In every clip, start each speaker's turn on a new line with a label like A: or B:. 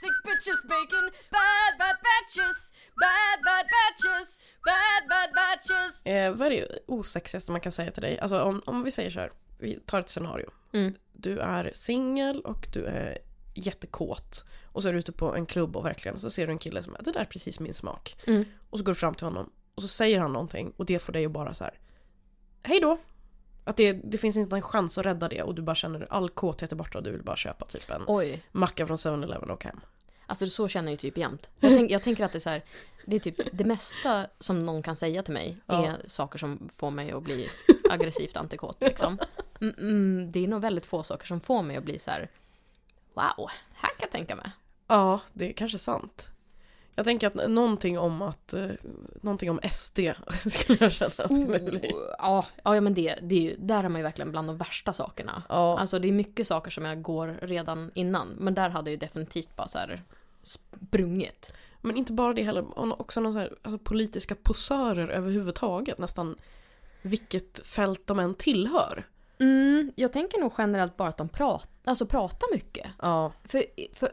A: sandwiches, bacon, bad, bad batches, bad, bad batches, bad, bad batches.
B: Eh, vad är det osexigaste man kan säga till dig? Alltså om, om vi säger så här, vi tar ett scenario.
A: Mm.
B: Du är singel och du är jättekåt. Och så är du ute på en klubb och verkligen så ser du en kille som är det där är precis min smak.
A: Mm.
B: Och så går du fram till honom och så säger han någonting och det får dig att bara så här. Hej då! Att det, det finns inte en chans att rädda det och du bara känner all kåthet är borta och du vill bara köpa typ en
A: Oj.
B: macka från 7-Eleven och åka hem.
A: Alltså så känner jag ju typ jämt. Jag, tänk, jag tänker att det är så här, det är typ det mesta som någon kan säga till mig
B: Ja.
A: är saker som får mig att bli aggressivt antikåt liksom. Mm, mm, det är nog väldigt få saker som får mig att bli så här, wow, här kan jag tänka mig.
B: Ja, det är kanske sant. Jag tänker att någonting om att, eh, någonting om SD skulle jag känna skulle bli.
A: Oh, ja, ja, men det, det är ju, där har man ju verkligen bland de värsta sakerna.
B: Ja,
A: Alltså det är mycket saker som jag går redan innan, men där hade jag ju definitivt bara så här sprungit.
B: men inte bara det heller, och också någon så här, alltså politiska posörer överhuvudtaget, nästan vilket fält de än tillhör.
A: Mm, jag tänker nog generellt bara att de pratar, alltså pratar mycket.
B: Ja,
A: För, för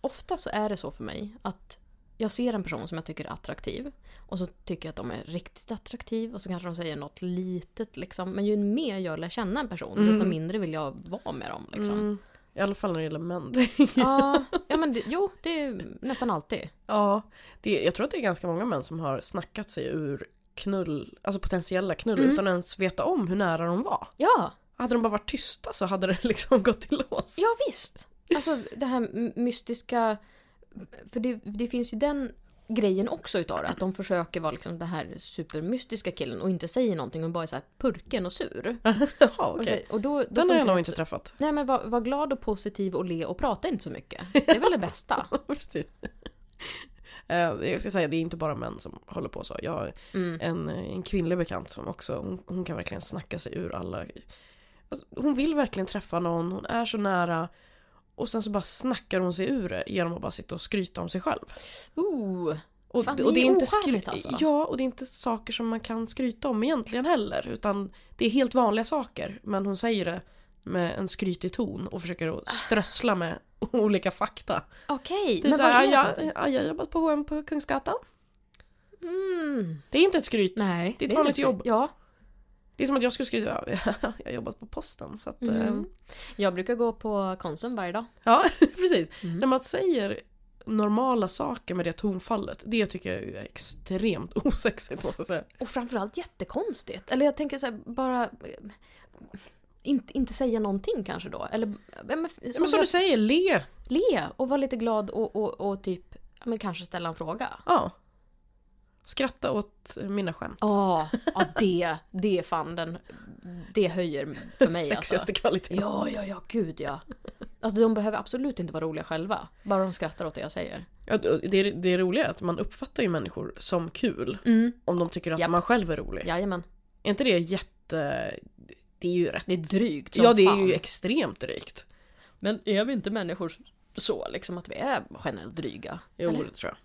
A: ofta så är det så för mig att jag ser en person som jag tycker är attraktiv och så tycker jag att de är riktigt attraktiv och så kanske de säger något litet liksom. Men ju mer jag lär känna en person
B: Mm.
A: desto mindre vill jag vara med dem liksom.
B: mm, i alla fall när det gäller män.
A: Ja, ja men det, jo, det är nästan alltid.
B: ja, det, jag tror att det är ganska många män som har snackat sig ur knull, alltså potentiella knull
A: Mm.
B: utan ens veta om hur nära de var.
A: Ja,
B: Hade de bara varit tysta så hade det liksom gått till lås.
A: ja visst. Alltså det här m- mystiska, för det, det finns ju den grejen också utav det. Att de försöker vara liksom den här supermystiska killen och inte säger någonting och bara är så här purken och sur.
B: Jaha,
A: Och
B: okej.
A: så- Och då, då
B: Den har
A: funkar
B: jag nog
A: det
B: inte
A: också.
B: träffat.
A: Nej men var, var glad och positiv och le och prata inte så mycket. Det är väl det bästa.
B: Precis. Eh, Jag ska säga, det är inte bara män som håller på så. Jag har
A: Mm.
B: en, eh, en kvinnlig bekant som också, hon, hon kan verkligen snacka sig ur alla... Alltså, hon vill verkligen träffa någon, hon är så nära. Och sen så bara snackar hon sig ur det genom att bara sitta och skryta om sig själv.
A: Ooh.
B: Och,
A: Fan,
B: och
A: det är
B: skry-
A: ocharmigt alltså.
B: Ja, och det är inte saker som man kan skryta om egentligen heller. Utan det är helt vanliga saker. Men hon säger det med en skrytig ton och försöker att strössla med olika fakta.
A: Okej.
B: Du
A: men
B: sa,
A: vad
B: ja,
A: är
B: ja,
A: det?
B: ja, jag har jobbat på H&M på Kungsgatan.
A: Mm.
B: Det är inte ett skryt.
A: Nej.
B: Det är ett
A: inte
B: vanligt
A: så-
B: jobb.
A: Ja.
B: Det är som att jag skulle skriva, ja, jag har jobbat på posten. Så att, eh,
A: Mm. Jag brukar gå på Konsum varje dag.
B: ja, precis.
A: Mm.
B: När man säger normala saker med det tonfallet, det tycker jag är extremt osexigt måste jag säga.
A: Och framförallt jättekonstigt. Eller jag tänker så här, bara... eh, Inte, inte säga någonting kanske då. Eller ja, men, som
B: Men som
A: jag,
B: du säger, le.
A: le och vara lite glad och, och, och typ ja, men kanske ställa en fråga.
B: Ja. Skratta åt mina skämt.
A: Ja, ja det, det är fan den... Det höjer för mig alltså.
B: Sexigaste kvaliteten.
A: Ja, ja, ja, gud ja. Alltså de behöver absolut inte vara roliga själva. Bara de skrattar åt det jag säger.
B: Ja, det, är- det är roliga är att man uppfattar ju människor som kul
A: Mm.
B: om de tycker att
A: Japp.
B: man själv är rolig.
A: Jajamän.
B: Är inte det jätte... Det är ju rätt
A: Det är drygt som
B: Ja, det är
A: fan.
B: ju extremt drygt.
A: Men är vi inte människor så liksom att vi är generellt dryga?
B: Jo,
A: Eller?
B: det tror jag.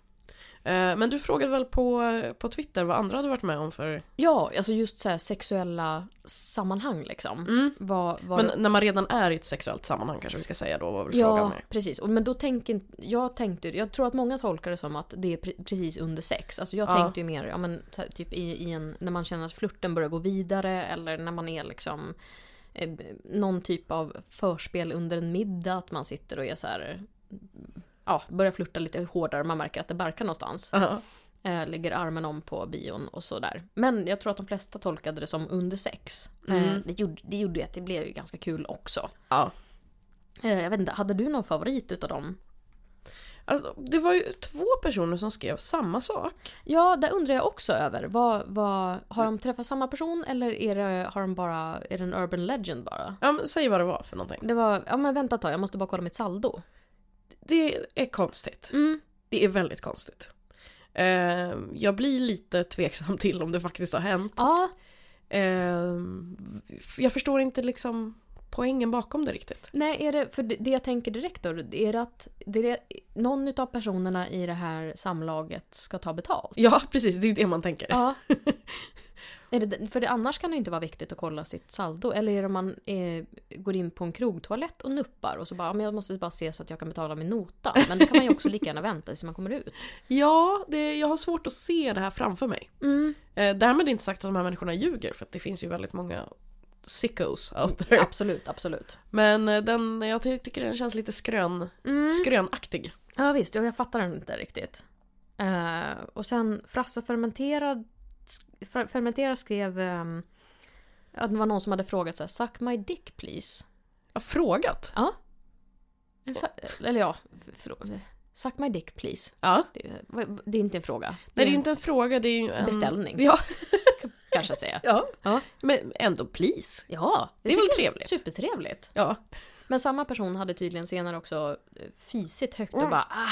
B: Eh, Men du frågade väl på, på Twitter vad andra hade varit med om för...
A: Ja, alltså just så här sexuella sammanhang liksom. Vad, vad
B: Mm. Men när man redan är i ett sexuellt sammanhang kanske vi ska säga då, vad vill frågan
A: Ja,
B: mer?
A: precis. Och- Men då tänker inte- jag tänkte, jag tror att många tolkar det som att det är pre- precis under sex. Alltså jag
B: Ja.
A: tänkte ju mer, ja men så här, typ i, i en, när man känner att flirten börjar gå vidare eller när man är liksom eh, b- någon typ av förspel under en middag, att man sitter och är så här mm, Ja, börjar flirta lite hårdare, man märker att det barkar någonstans.
B: Ja.
A: Eh, lägger armen om på bion och sådär. Men jag tror att de flesta tolkade det som under sex.
B: Mm.
A: Eh, det, gjorde, det gjorde ju att det blev ju ganska kul också.
B: ja.
A: Eh, Jag vet inte, hade du någon favorit utav dem?
B: Alltså, det var ju två personer som skrev samma sak.
A: Ja, där undrar jag också över. Vad, vad, har de träffat samma person eller är det, har de bara, är det en urban legend bara?
B: Ja, men säg vad det var för någonting.
A: Det var, ja men vänta ett tag, jag måste bara kolla mitt saldo.
B: Det är konstigt.
A: Mm.
B: Det är väldigt konstigt. Eh, Jag blir lite tveksam till om det faktiskt har hänt.
A: Ja,
B: Eh, Jag förstår inte liksom poängen bakom det riktigt.
A: nej är det, för det, det jag tänker direkt då, det är det att det är, någon utav personerna i det här samlaget ska ta betalt?
B: Ja, precis. Det är ju det man tänker.
A: Ja. Är det, för det, annars kan det ju inte vara viktigt att kolla sitt saldo. Eller är det om man eh, går in på en krogtoalett och nuppar och så bara, "Ja, men jag måste bara se så att jag kan betala min nota. Men då kan man ju också lika gärna vänta tills man kommer ut.
B: Ja, det, jag har svårt att se det här framför mig.
A: Mm,
B: Eh, därmed inte sagt att de här människorna ljuger för att det finns ju väldigt många sickos out there.
A: absolut, absolut.
B: Men eh, den, jag ty- tycker den känns lite skrön,
A: Mm.
B: skrönaktig.
A: Ja visst, jag jag fattar den inte riktigt. Eh, och sen Frassa fermenterad, fer- fermenterad skrev ehm, att det var någon som hade frågat så här, Suck my dick please.
B: Jag har frågat.
A: En sa- Eller ja, frå- Suck my dick please.
B: Ja.
A: Det, är- vad- det är inte en fråga.
B: Nej det är ju
A: en
B: inte en fråga, det är ju en...
A: Mm. beställning.
B: Ja.
A: Kanske jag säger.
B: ja.
A: Ja.
B: Men ändå please.
A: Ja,
B: Det är väl
A: tycker jag
B: trevligt.
A: Supertrevligt.
B: Ja.
A: Men samma person hade tydligen senare också eh, fisit högt och
B: Mm.
A: bara ah,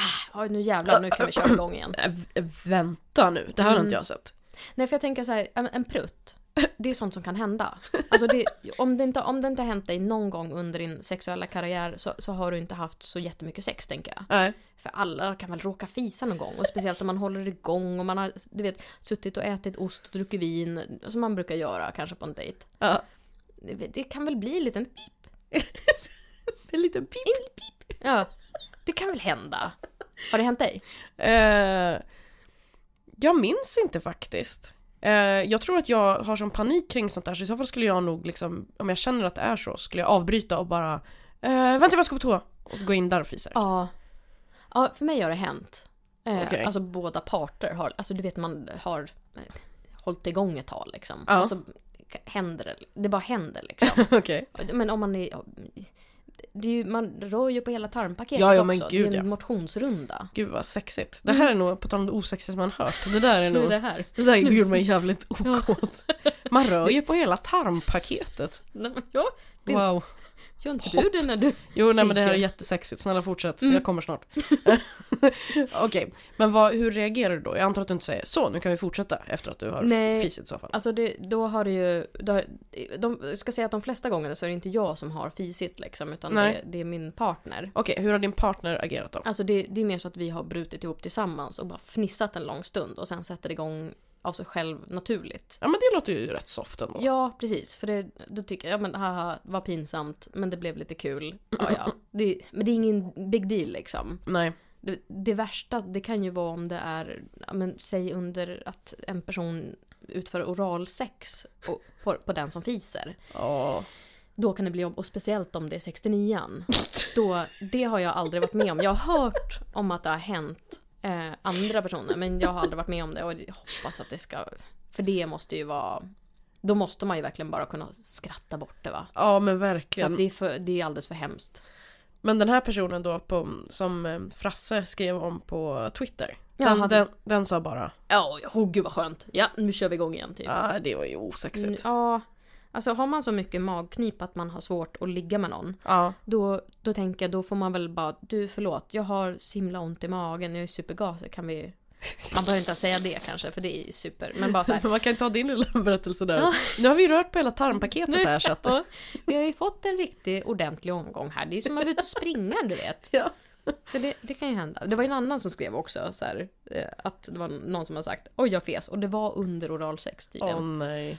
A: ja, nu jävlar, nu kan vi köra igång igen.
B: Äh, v- vänta nu, det här har
A: Mm.
B: inte jag sett.
A: Nej för jag tänker så här, en, en prutt, det är sånt som kan hända. Alltså det, om, det inte, om det inte har hänt dig någon gång under din sexuella karriär så, så har du inte haft så jättemycket sex tänker jag.
B: Nej.
A: För alla kan väl råka fisa någon gång och speciellt om man håller igång och man har du vet, suttit och ätit ost och druckit vin som man brukar göra kanske på en dejt.
B: Ja.
A: Det, det kan väl bli en liten pip.
B: En liten pip.
A: Ja, det kan väl hända. Har det hänt dig?
B: Eh, jag minns inte faktiskt. Eh, jag tror att jag har sån panik kring sånt där så i så fall skulle jag nog liksom, om jag känner att det är så, skulle jag avbryta och bara eh, vänta jag ska på toa och så gå in där och fisa.
A: Ja. Ja, för mig har det hänt. Eh,
B: Okej.
A: Alltså båda parter har, alltså du vet man har eh, hållit igång ett tag liksom.
B: Ja.
A: Och så händer det, det bara händer liksom.
B: Okej.
A: Men om man är, ja, det är ju, man rör ju på hela tarmpaketet
B: Ja, ja,
A: också.
B: men
A: det är
B: gud,
A: en
B: ja.
A: motionsrunda.
B: Gud vad sexigt. Det här är nog, på tal om det osexigaste man hört, det där är nog,
A: det här?
B: det där gjorde mig jävligt okåt. Man rör ju på hela tarmpaketet.
A: Ja, Det-
B: Wow.
A: gör inte
B: Hot.
A: du det när du...
B: Jo nej men det här är
A: Ligger.
B: jättesexigt, snälla fortsätt,
A: Mm.
B: jag kommer snart. Okej, men vad, hur reagerar du då? Jag antar att du inte säger så, nu kan vi fortsätta efter att du har
A: Nej.
B: fisit i så fall.
A: Alltså det, då har det ju, då, de ska säga att de flesta gångerna så är det inte jag som har fisit liksom utan
B: Nej.
A: det, det är min partner.
B: Okej, hur har din partner agerat då?
A: Alltså det, det är mer så att vi har brutit ihop tillsammans och bara fnissat en lång stund och sen sätter det igång av sig själv naturligt.
B: Ja men det låter ju rätt soft ändå.
A: Ja, precis. För det, då tycker jag, ja men haha, vad pinsamt, men det blev lite kul. Ja, ja. Det, men det är ingen big deal liksom.
B: Nej.
A: Det, det värsta, det kan ju vara om det är, ja, men, säg under att en person utför oralsex och, på, på den som fiser.
B: Ja.
A: Då kan det bli jobb, och speciellt om det är 69an. Då, det har jag aldrig varit med om. Jag har hört om att det har hänt eh, andra personer men jag har aldrig varit med om det och jag hoppas att det ska... För det måste ju vara... Då måste man ju verkligen bara kunna skratta bort det va?
B: Ja men
A: För att
B: verkligen.
A: det, är för, det är alldeles för hemskt.
B: Men den här personen då på, som eh, Frasse skrev om på Twitter.
A: Ja,
B: Den,
A: han-
B: den, den sa bara
A: Ja, oh, gud vad skönt. Ja, nu kör vi igång igen typ.
B: Ja, det var ju osexigt.
A: Mm, Ja, alltså har man så mycket magknip att man har svårt att ligga med någon,
B: Ja.
A: då, då tänker jag då får man väl bara, du förlåt, jag har så himla ont i magen, jag är supergasig, kan vi... Man behöver inte säga det kanske, för det är super, men bara så här.
B: Man kan ju ta din lilla berättelse där.
A: Ja.
B: Nu har vi rört på hela tarmpaketet här så att...
A: Ja, Vi har ju fått en riktig ordentlig omgång här, det är som att vara ute och springa du vet.
B: Ja.
A: Så det, det kan ju hända. Det var ju en annan som skrev också så här, eh, att det var någon som hade sagt oj jag fes och det var under oralsex tydligen.
B: Åh nej.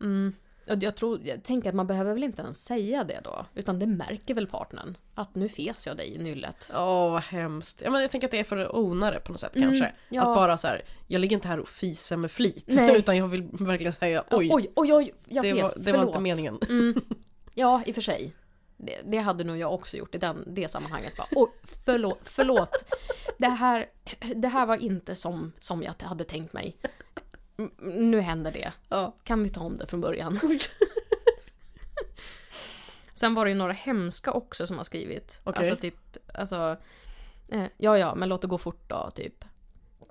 A: Mm. Och jag, tror, jag tänker att man behöver väl inte ens säga det då. Utan det märker väl partnern. Att nu fes jag dig i nyllet.
B: Åh vad hemskt. Ja, men jag tänker att det är för att ona det på något sätt
A: Mm,
B: kanske.
A: ja.
B: Att bara så här, jag ligger inte här och fiser med flit.
A: Nej.
B: Utan jag vill verkligen säga oj,
A: oj, oj, oj jag
B: det,
A: fes.
B: var, det var
A: förlåt.
B: inte meningen.
A: Mm. Ja, i och för sig. Det, det hade nog jag också gjort i den, det sammanhanget. Bara, oj, förlåt. förlåt. Det, här, det här var inte som, som jag hade tänkt mig. Mm, Nu händer det.
B: Ja.
A: Kan vi ta om det från början? Sen var det ju några hemska också som har skrivit.
B: Okej.
A: Alltså typ, alltså... Eh, ja, ja, men låt det gå fort då, typ.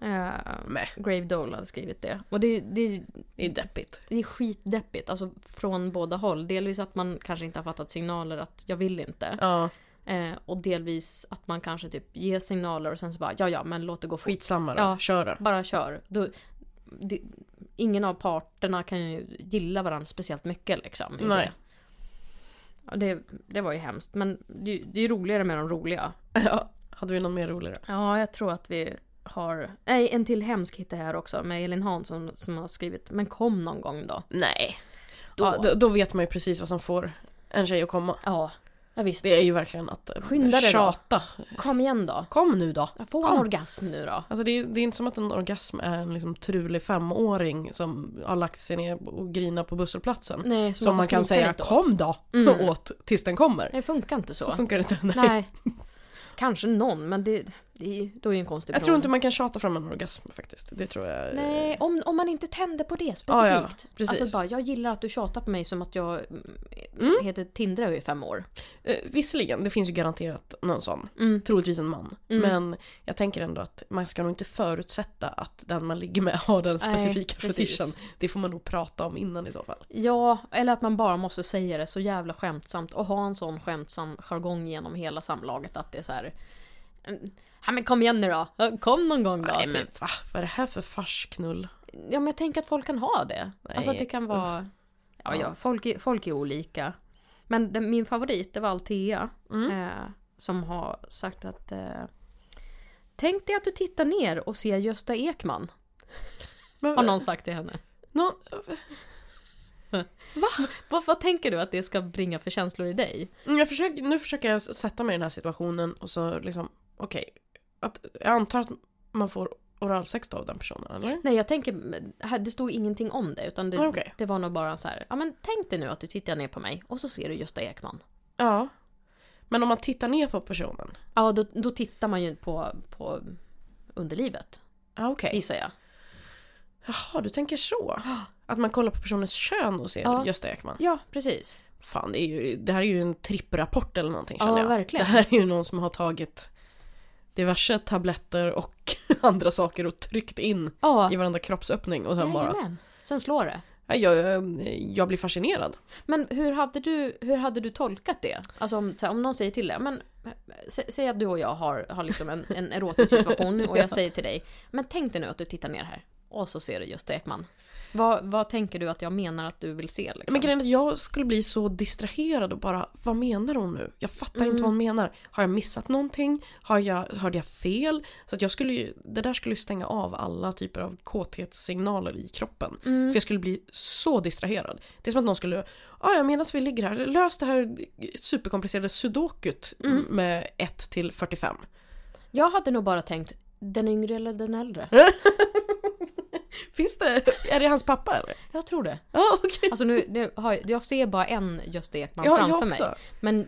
A: Eh,
B: Mäh.
A: Grave Dole hade skrivit det. Och det, är- det, är-
B: Det är deppigt.
A: det är skitdeppigt, alltså från båda håll. Delvis att man kanske inte har fattat signaler att jag vill inte.
B: Ja,
A: Eh, och delvis att man kanske typ ger signaler och sen så bara ja, ja, men låt det gå fort.
B: skitsamma då.
A: Ja.
B: Kör då.
A: Bara kör. Då, det, ingen av parterna kan ju gilla varandra speciellt mycket liksom. i
B: Nej.
A: Det. Ja, det, det var ju hemskt. Men det, det är ju roligare med de roliga.
B: Ja. Hade vi någon mer roligare?
A: Ja, jag tror att vi har... Nej, en till hemsk hittar jag här också med Elin Hansson som har skrivit “Men kom någon gång då”.
B: Nej. Då.
A: Då.
B: Ja, då, då vet man ju precis vad som får en tjej att komma.
A: Ja, ja visst.
B: Det är ju verkligen att eh,
A: Skynda dig då.
B: tjata.
A: Kom igen då.
B: Kom nu då.
A: Jag får
B: Kom.
A: en orgasm nu då.
B: Alltså det, är, det är inte som att en orgasm är en liksom trulig femåring som har lagt sig ner och grinar på busshållplatsen.
A: Nej,
B: som
A: får
B: man kan
A: skrika
B: säga
A: lite åt.
B: kom då
A: Mm.
B: åt tills den kommer.
A: Det funkar inte så.
B: Så funkar det inte. Nej.
A: Nej. Kanske någon, men det, det då är ju en konstig
B: Jag
A: person.
B: tror inte man kan tjata fram en orgasm faktiskt. Det tror jag. eh,
A: Nej, om, om man inte tänder på det specifikt.
B: Ja, ja, precis.
A: Alltså bara, jag gillar att du tjatar på mig som att jag mm,
B: Mm.
A: heter Tindra i fem år.
B: eh, Visserligen, det finns ju garanterat någon sån.
A: Mm.
B: Troligtvis en man.
A: Mm.
B: Men jag tänker ändå att man ska nog inte förutsätta att den man ligger med har den
A: Nej,
B: specifika
A: precis.
B: fetischen. Det får man nog prata om innan i så fall.
A: Ja, eller att man bara måste säga det så jävla skämtsamt och ha en sån skämtsam jargong genom hela samlaget att det är så här. mm, Ja men kom igen nu då, Ja, kom någon gång då.
B: Nej
A: typ.
B: men va? Vad är det här för farsknull?
A: Ja men jag tänker att folk kan ha det.
B: Nej,
A: Alltså att det kan vara... Ja, ja folk, är, folk är olika. Men den, min favorit det var Althea. Eh, som har sagt att... Eh, Tänk dig att du tittar ner och ser Gösta Ekman.
B: Men,
A: Har någon sagt till henne.
B: någon,
A: Vad, vad tänker du att det ska bringa för känslor i dig?
B: Mm, Jag försöker, nu försöker jag sätta mig i den här situationen och så liksom, okej. att Jag antar att man får oralsex då av den personen, eller?
A: Nej jag tänker, men här- det stod ingenting om det utan det,
B: Ah, okej.
A: det var nog bara så här, ja men tänk dig nu att du tittar ner på mig och så ser du Gösta Ekman.
B: Ja. Men om man tittar ner på personen?
A: Ja då, då tittar man ju på, på underlivet
B: Ja, okej.
A: gissar jag.
B: Jaha, du tänker så? Att man kollar på personens kön och ser
A: Ja.
B: Gösta Ekman?
A: Ja precis.
B: Fan, det, är ju, det här är ju en tripprapport eller någonting känner
A: Ja,
B: jag.
A: verkligen.
B: Det här är ju någon som har tagit diverse tabletter och andra saker och tryckt in
A: Ja,
B: i varenda kroppsöppning och sen bara...
A: Jajamän. Sen slår det.
B: Nej, Jag, jag, jag blir fascinerad.
A: Men hur hade du, hur hade du tolkat det? Alltså om, så här, om någon säger till dig, men, eh, sä, säg att du och jag har, har liksom en, en erotisk situation nu och jag säger till dig, men tänk dig nu att du tittar ner här och så ser du Gösta Ekman. Vad, vad tänker du att jag menar att du vill se? Liksom?
B: Men grejen är att jag skulle bli så distraherad och bara, vad menar hon nu? Jag fattar inte vad hon
A: Mm.
B: menar. Har jag missat någonting? Har jag, hörde jag fel? Så att jag skulle ju, det där skulle ju stänga av alla typer av kåthetssignaler i
A: Mm.
B: kroppen. För jag skulle bli så distraherad. Det är som att någon skulle, "Ah, ja ja medan vi ligger här, lös det här superkomplicerade sudokut
A: Mm.
B: med 1 till 45.
A: Jag hade nog bara tänkt, den yngre eller den äldre?
B: Finns det, är det hans pappa eller?
A: Jag tror det.
B: Ja okej.
A: Alltså nu, nu har jag, jag ser bara en Gösta Ekman
B: Ja, jag
A: framför mig.
B: också.
A: Men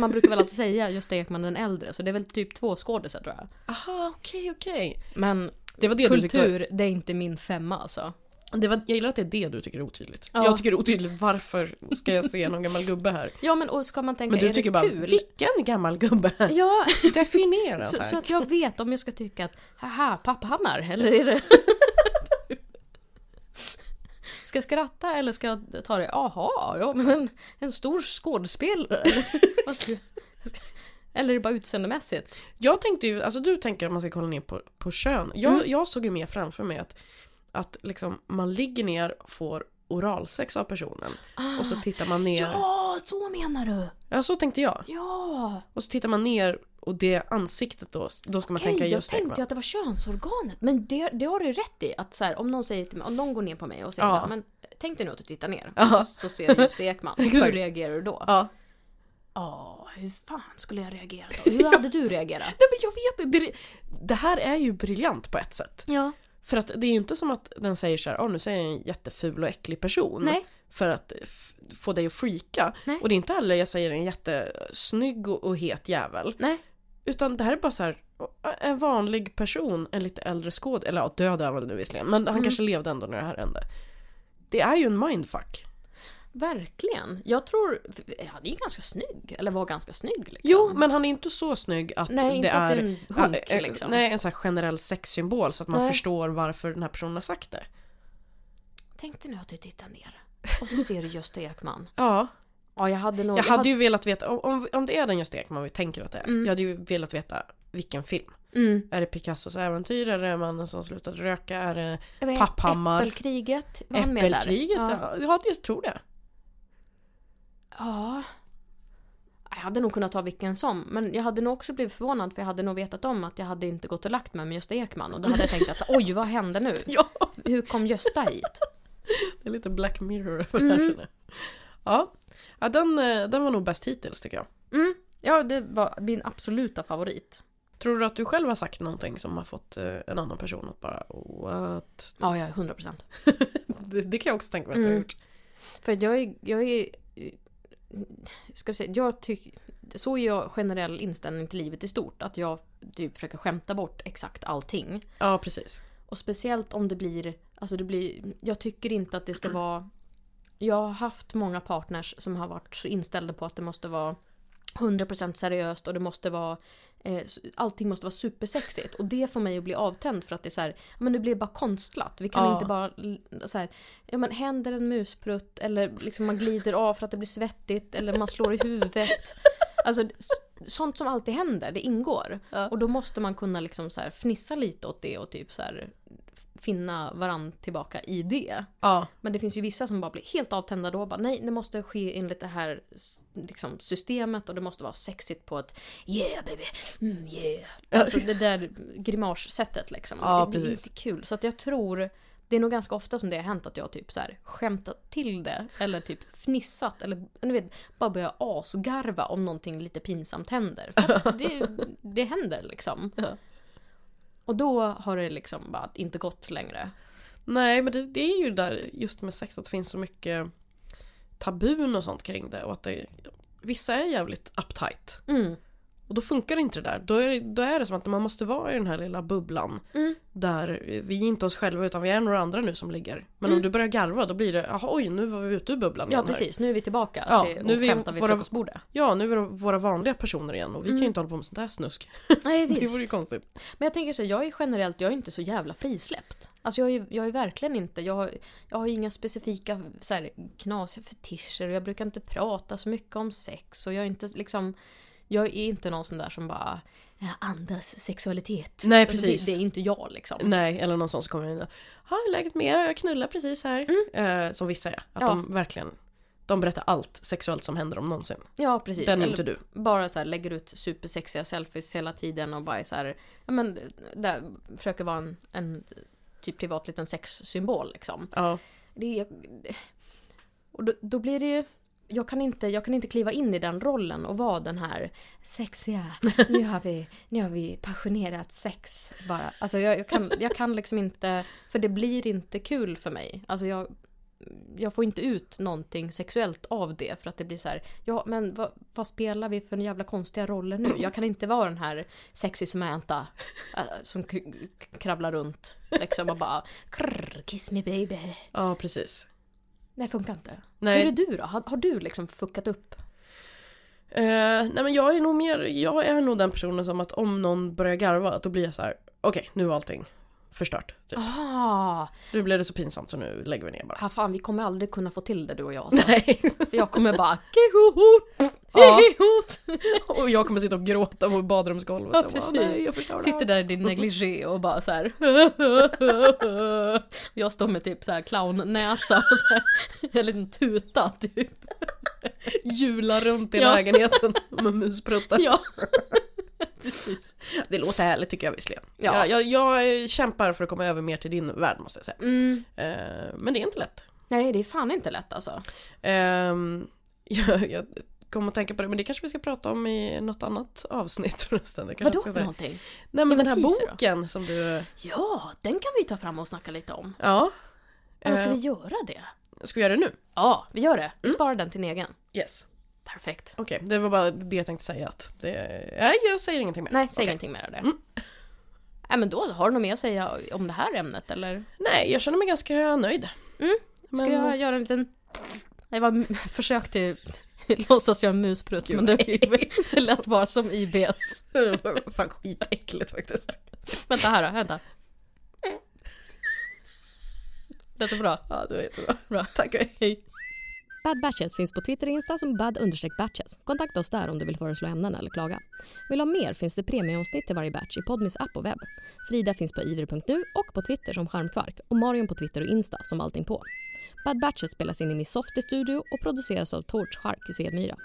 A: man brukar väl alltid säga Gösta Ekman den äldre, så det är väl typ två skådisar tror jag.
B: Aha okej okej.
A: Men
B: Det var det du tyckte var-
A: kultur, det är inte min femma alltså.
B: Det var, jag gillar att det är det du tycker är otydligt.
A: Ja.
B: Jag tycker det är otydligt varför ska jag se någon gammal gubbe här?
A: Ja men och ska man tänka,
B: Men du
A: är
B: tycker
A: det
B: bara,
A: kul?
B: vilken gammal gubbe?
A: Ja,
B: Definiera
A: så,
B: tack.
A: så att jag vet om jag ska tycka att, haha, papphammar, eller är det... Ska jag skratta eller ska jag ta det, aha, ja men en, en stor skådespelare? eller? Vad ska, ska, eller är det bara utseendemässigt?
B: Jag tänkte ju, alltså du tänker att man ska kolla ner på, på kön. Jag,
A: Mm.
B: jag såg ju mer framför mig att, att liksom man ligger ner, får oralsex av personen och så tittar man ner. Ja.
A: Ah. Ja, så menar du!
B: så tänkte jag.
A: Ja!
B: Och så tittar man ner och det ansiktet då, då ska man
A: Okej,
B: tänka
A: jag
B: just det.
A: tänkte
B: va?
A: att det var könsorganet. Men det, det har du ju rätt i. Att så här, om någon säger till mig, om någon går ner på mig och säger
B: Ja.
A: så här, men tänk dig nu att du tittar ner.
B: Ja.
A: Så ser du just Ekman. Hur
B: Exakt.
A: reagerar du då?
B: Ja.
A: Ja, hur fan skulle jag reagera då? Hur hade du reagerat?
B: Nej men jag vet inte, det, det här är ju briljant på ett sätt.
A: Ja.
B: För att det är ju inte som att den säger så här, "Åh, nu säger jag en jätteful och äcklig person.
A: Nej.
B: För att f- få dig att freaka.
A: Nej.
B: Och det är inte heller jag säger en jättesnygg och, och het jävel.
A: Nej.
B: Utan det här är bara så här, en vanlig person, en lite äldre skåd, eller ja död är han väl nu visserligen, men
A: Mm.
B: han kanske levde ändå när det här hände. Det är ju en mindfuck. liksom.
A: Verkligen. Jag tror, han är ju ganska snygg. Eller var ganska snygg liksom.
B: Jo, men han är inte så snygg att
A: Nej,
B: det
A: inte att
B: är...
A: det är en hunk,
B: Ja, eh,
A: liksom.
B: Nej, en så här generell sexsymbol så att man
A: Nej.
B: förstår varför den här personen har sagt det.
A: Tänk dig nu att du tittar ner. Och så ser du Gösta Ekman.
B: Ja.
A: Ja, jag hade Mm. nog...
B: Jag hade ju velat veta, om- om, om det är den just Ekman vi tänker att det är, jag hade ju velat veta vilken film.
A: Mm.
B: Är det Picassos äventyr, är det mannen som slutat röka, är det
A: Jag vet,
B: Papphammar?
A: Äppelkriget. Var han med där?
B: Äppelkriget?
A: Ja.
B: Ja, ja jag tror det.
A: Ja. jag hade nog kunnat ta vilken som. Men jag hade nog också blivit förvånad för jag hade nog vetat om att jag hade inte gått och lagt mig med Gösta Ekman. Och då hade jag tänkt att så, oj vad hände nu?
B: Ja,
A: Hur kom Gösta hit?
B: det är lite Black Mirror över
A: Mm.
B: det här känner jag. Ja, ja den, eh, den var nog bäst hittills tycker jag.
A: Mm, ja det var min absoluta favorit.
B: Tror du att du själv har sagt någonting som har fått eh, en annan person att bara what?
A: Ja, ja, 100 procent.
B: Det, det kan jag också tänka mig att du har
A: Mm.
B: gjort.
A: För att jag är, jag är... Ska vi säga, jag tycker... Så är jag generell inställning till livet i stort. Att jag typ försöker skämta bort exakt allting.
B: Ja, precis.
A: Och speciellt om det blir, alltså det blir, jag tycker inte att det ska vara... Jag har haft många partners som har varit så inställda på att det måste vara 100% seriöst och det måste vara... Eh, s- allting måste vara supersexigt. Och det får mig att bli avtänd för att det är så här, ja, men det blir bara konstlat. Vi kan
B: Ja.
A: inte bara l- så här, ja men händer en musprutt eller liksom man glider av för att det blir svettigt eller man slår i huvudet. Alltså s- sånt som alltid händer, det ingår.
B: Ja.
A: Och då måste man kunna liksom så här fnissa lite åt det och typ så här finna varann tillbaka i det.
B: Ja,
A: Men det finns ju vissa som bara blir helt avtända då och bara nej, det måste ske enligt det här s- liksom, systemet och det måste vara sexigt på ett yeah baby, mm, yeah. Alltså det där grimassättet liksom.
B: Ja,
A: det, det är
B: precis.
A: inte kul. Så att jag tror, det är nog ganska ofta som det har hänt att jag typ så här skämtat till det eller typ fnissat eller ni vet, bara börjar asgarva om någonting lite pinsamt händer. För att det, det händer liksom.
B: Ja.
A: Och då har det liksom bara inte gått längre.
B: nej men det, det är ju där just med sex att det finns så mycket tabun och sånt kring det och att det, vissa är jävligt uptight.
A: Mm.
B: Och då funkar inte det där. Då är det, då är det som att man måste vara i den här lilla bubblan.
A: Mm.
B: Där vi är inte oss själva utan vi är några andra nu som ligger. Men om du börjar garva då blir det, jaha oj nu var vi ute ur bubblan
A: Mm. Ja
B: igen här.
A: precis, nu är vi tillbaka
B: Ja,
A: till,
B: nu är
A: och
B: vi-
A: skämtar vid
B: våra-
A: frukostbordet.
B: Ja nu är det våra vanliga personer igen och vi kan ju inte hålla på med sånt här snusk.
A: Nej
B: Det
A: Mm. visst.
B: vore ju konstigt.
A: Men jag tänker så här, jag är generellt, jag är inte så jävla frisläppt. Alltså jag är, jag är verkligen inte, jag har, jag har inga specifika så här, knasiga fetischer och jag brukar inte prata så mycket om sex och jag är inte liksom jag är inte någon sån där som bara "Jag andas sexualitet.
B: Nej,
A: Alltså,
B: precis.
A: Det, det är inte jag liksom.
B: Nej, eller någon sån som kommer in och ha läget med er? Jag knullar precis här. Eh, som vissa är. Att
A: Ja.
B: de verkligen, de berättar allt sexuellt som händer om någonsin.
A: Ja, precis.
B: Den är
A: Eller-
B: inte du.
A: bara så här, lägger ut supersexiga selfies hela tiden och bara är så här, ja men, där, försöker vara en, en typ privat liten sexsymbol liksom.
B: Ja.
A: Det är, och då, då blir det ju, jag kan, inte, jag kan inte kliva in i den rollen och vara den här sexiga, nu har vi, nu har vi passionerat sex bara. Alltså jag, jag, kan, jag kan liksom inte, för det blir inte kul för mig. Alltså jag, jag får inte ut någonting sexuellt av det för att det blir så här, ja men vad, vad spelar vi för jävla konstiga roller nu? Jag kan inte vara den här sexy Samantha äh, som k- k- kravlar runt liksom och bara krrr, kiss me baby.
B: ja, precis.
A: Det funkar inte. Hur är
B: Nej,
A: du då? Har, har du liksom fuckat upp?
B: eh, nej men jag är nog mer, jag är nog den personen som att om någon börjar garva då blir jag så här: okej nu var allting förstört. Typ.
A: Ah,
B: Nu blev det så pinsamt så nu lägger vi ner bara.
A: ah, fan vi kommer aldrig kunna få till det du och jag. Alltså.
B: Nej.
A: För jag kommer bara kehot,
B: Ja.
A: kehot.
B: och jag kommer sitta och gråta på badrumsgolvet.
A: Ja,
B: Jag bara,
A: precis.
B: "Nej, jag förstör
A: Sitter
B: allt."
A: där i din negligé och bara så här. Och jag står med typ så här clownnäsa och så här, en liten tuta typ.
B: Jula runt i
A: Ja.
B: lägenheten med muspruttar.
A: Ja. Precis.
B: Det låter härligt tycker jag visserligen.
A: Ja.
B: Jag, jag, jag kämpar för att komma över mer till din värld måste jag säga.
A: Mm.
B: Eh, men det är inte lätt.
A: Nej det är fan inte lätt alltså.
B: Ehm, jag, jag kom att tänka på det, men det kanske vi ska prata om i något annat avsnitt förresten. Det kanske
A: Vadå
B: jag ska
A: för
B: säga.
A: någonting?
B: Nej men
A: Ge mig
B: den här
A: teaser då.
B: boken som du...
A: Ja, den kan vi ju ta fram och snacka lite om.
B: Ja.
A: Men ska
B: Eh,
A: vi göra det?
B: ska vi göra det nu?
A: Ja, Mm. vi gör det. Vi sparar den till en egen.
B: Yes.
A: Perfekt.
B: Okej, det var bara det jag tänkte säga att det... Nej, jag säger ingenting mer.
A: Nej, säg ingenting mer av det. Nej men då, har du något mer att säga om det här ämnet eller?
B: Nej, jag känner mig ganska nöjd.
A: Mm.
B: Men,
A: Ska jag göra en liten... Det var m- försök till... Låtsas göra en musprutt men det, det lät bara som IBS.
B: det var fan skitäckligt faktiskt.
A: Vänta här då, vänta. Lät det bra?
B: Ja, det var jättebra.
A: Bra.
B: Tack och hej.
A: Hej. Bad Batches finns på Twitter och Insta som bad-batches. Kontakta oss där om du vill föreslå ämnen eller klaga. Vill du ha mer finns det premieomsnitt till varje batch i Podmis app och webb. Frida finns på iver.nu och på Twitter som Charmkvark och Marion på Twitter och Insta som allting på. Bad Batches spelas in i Miss Softy Studio och produceras av Torch Shark i Svedmyra.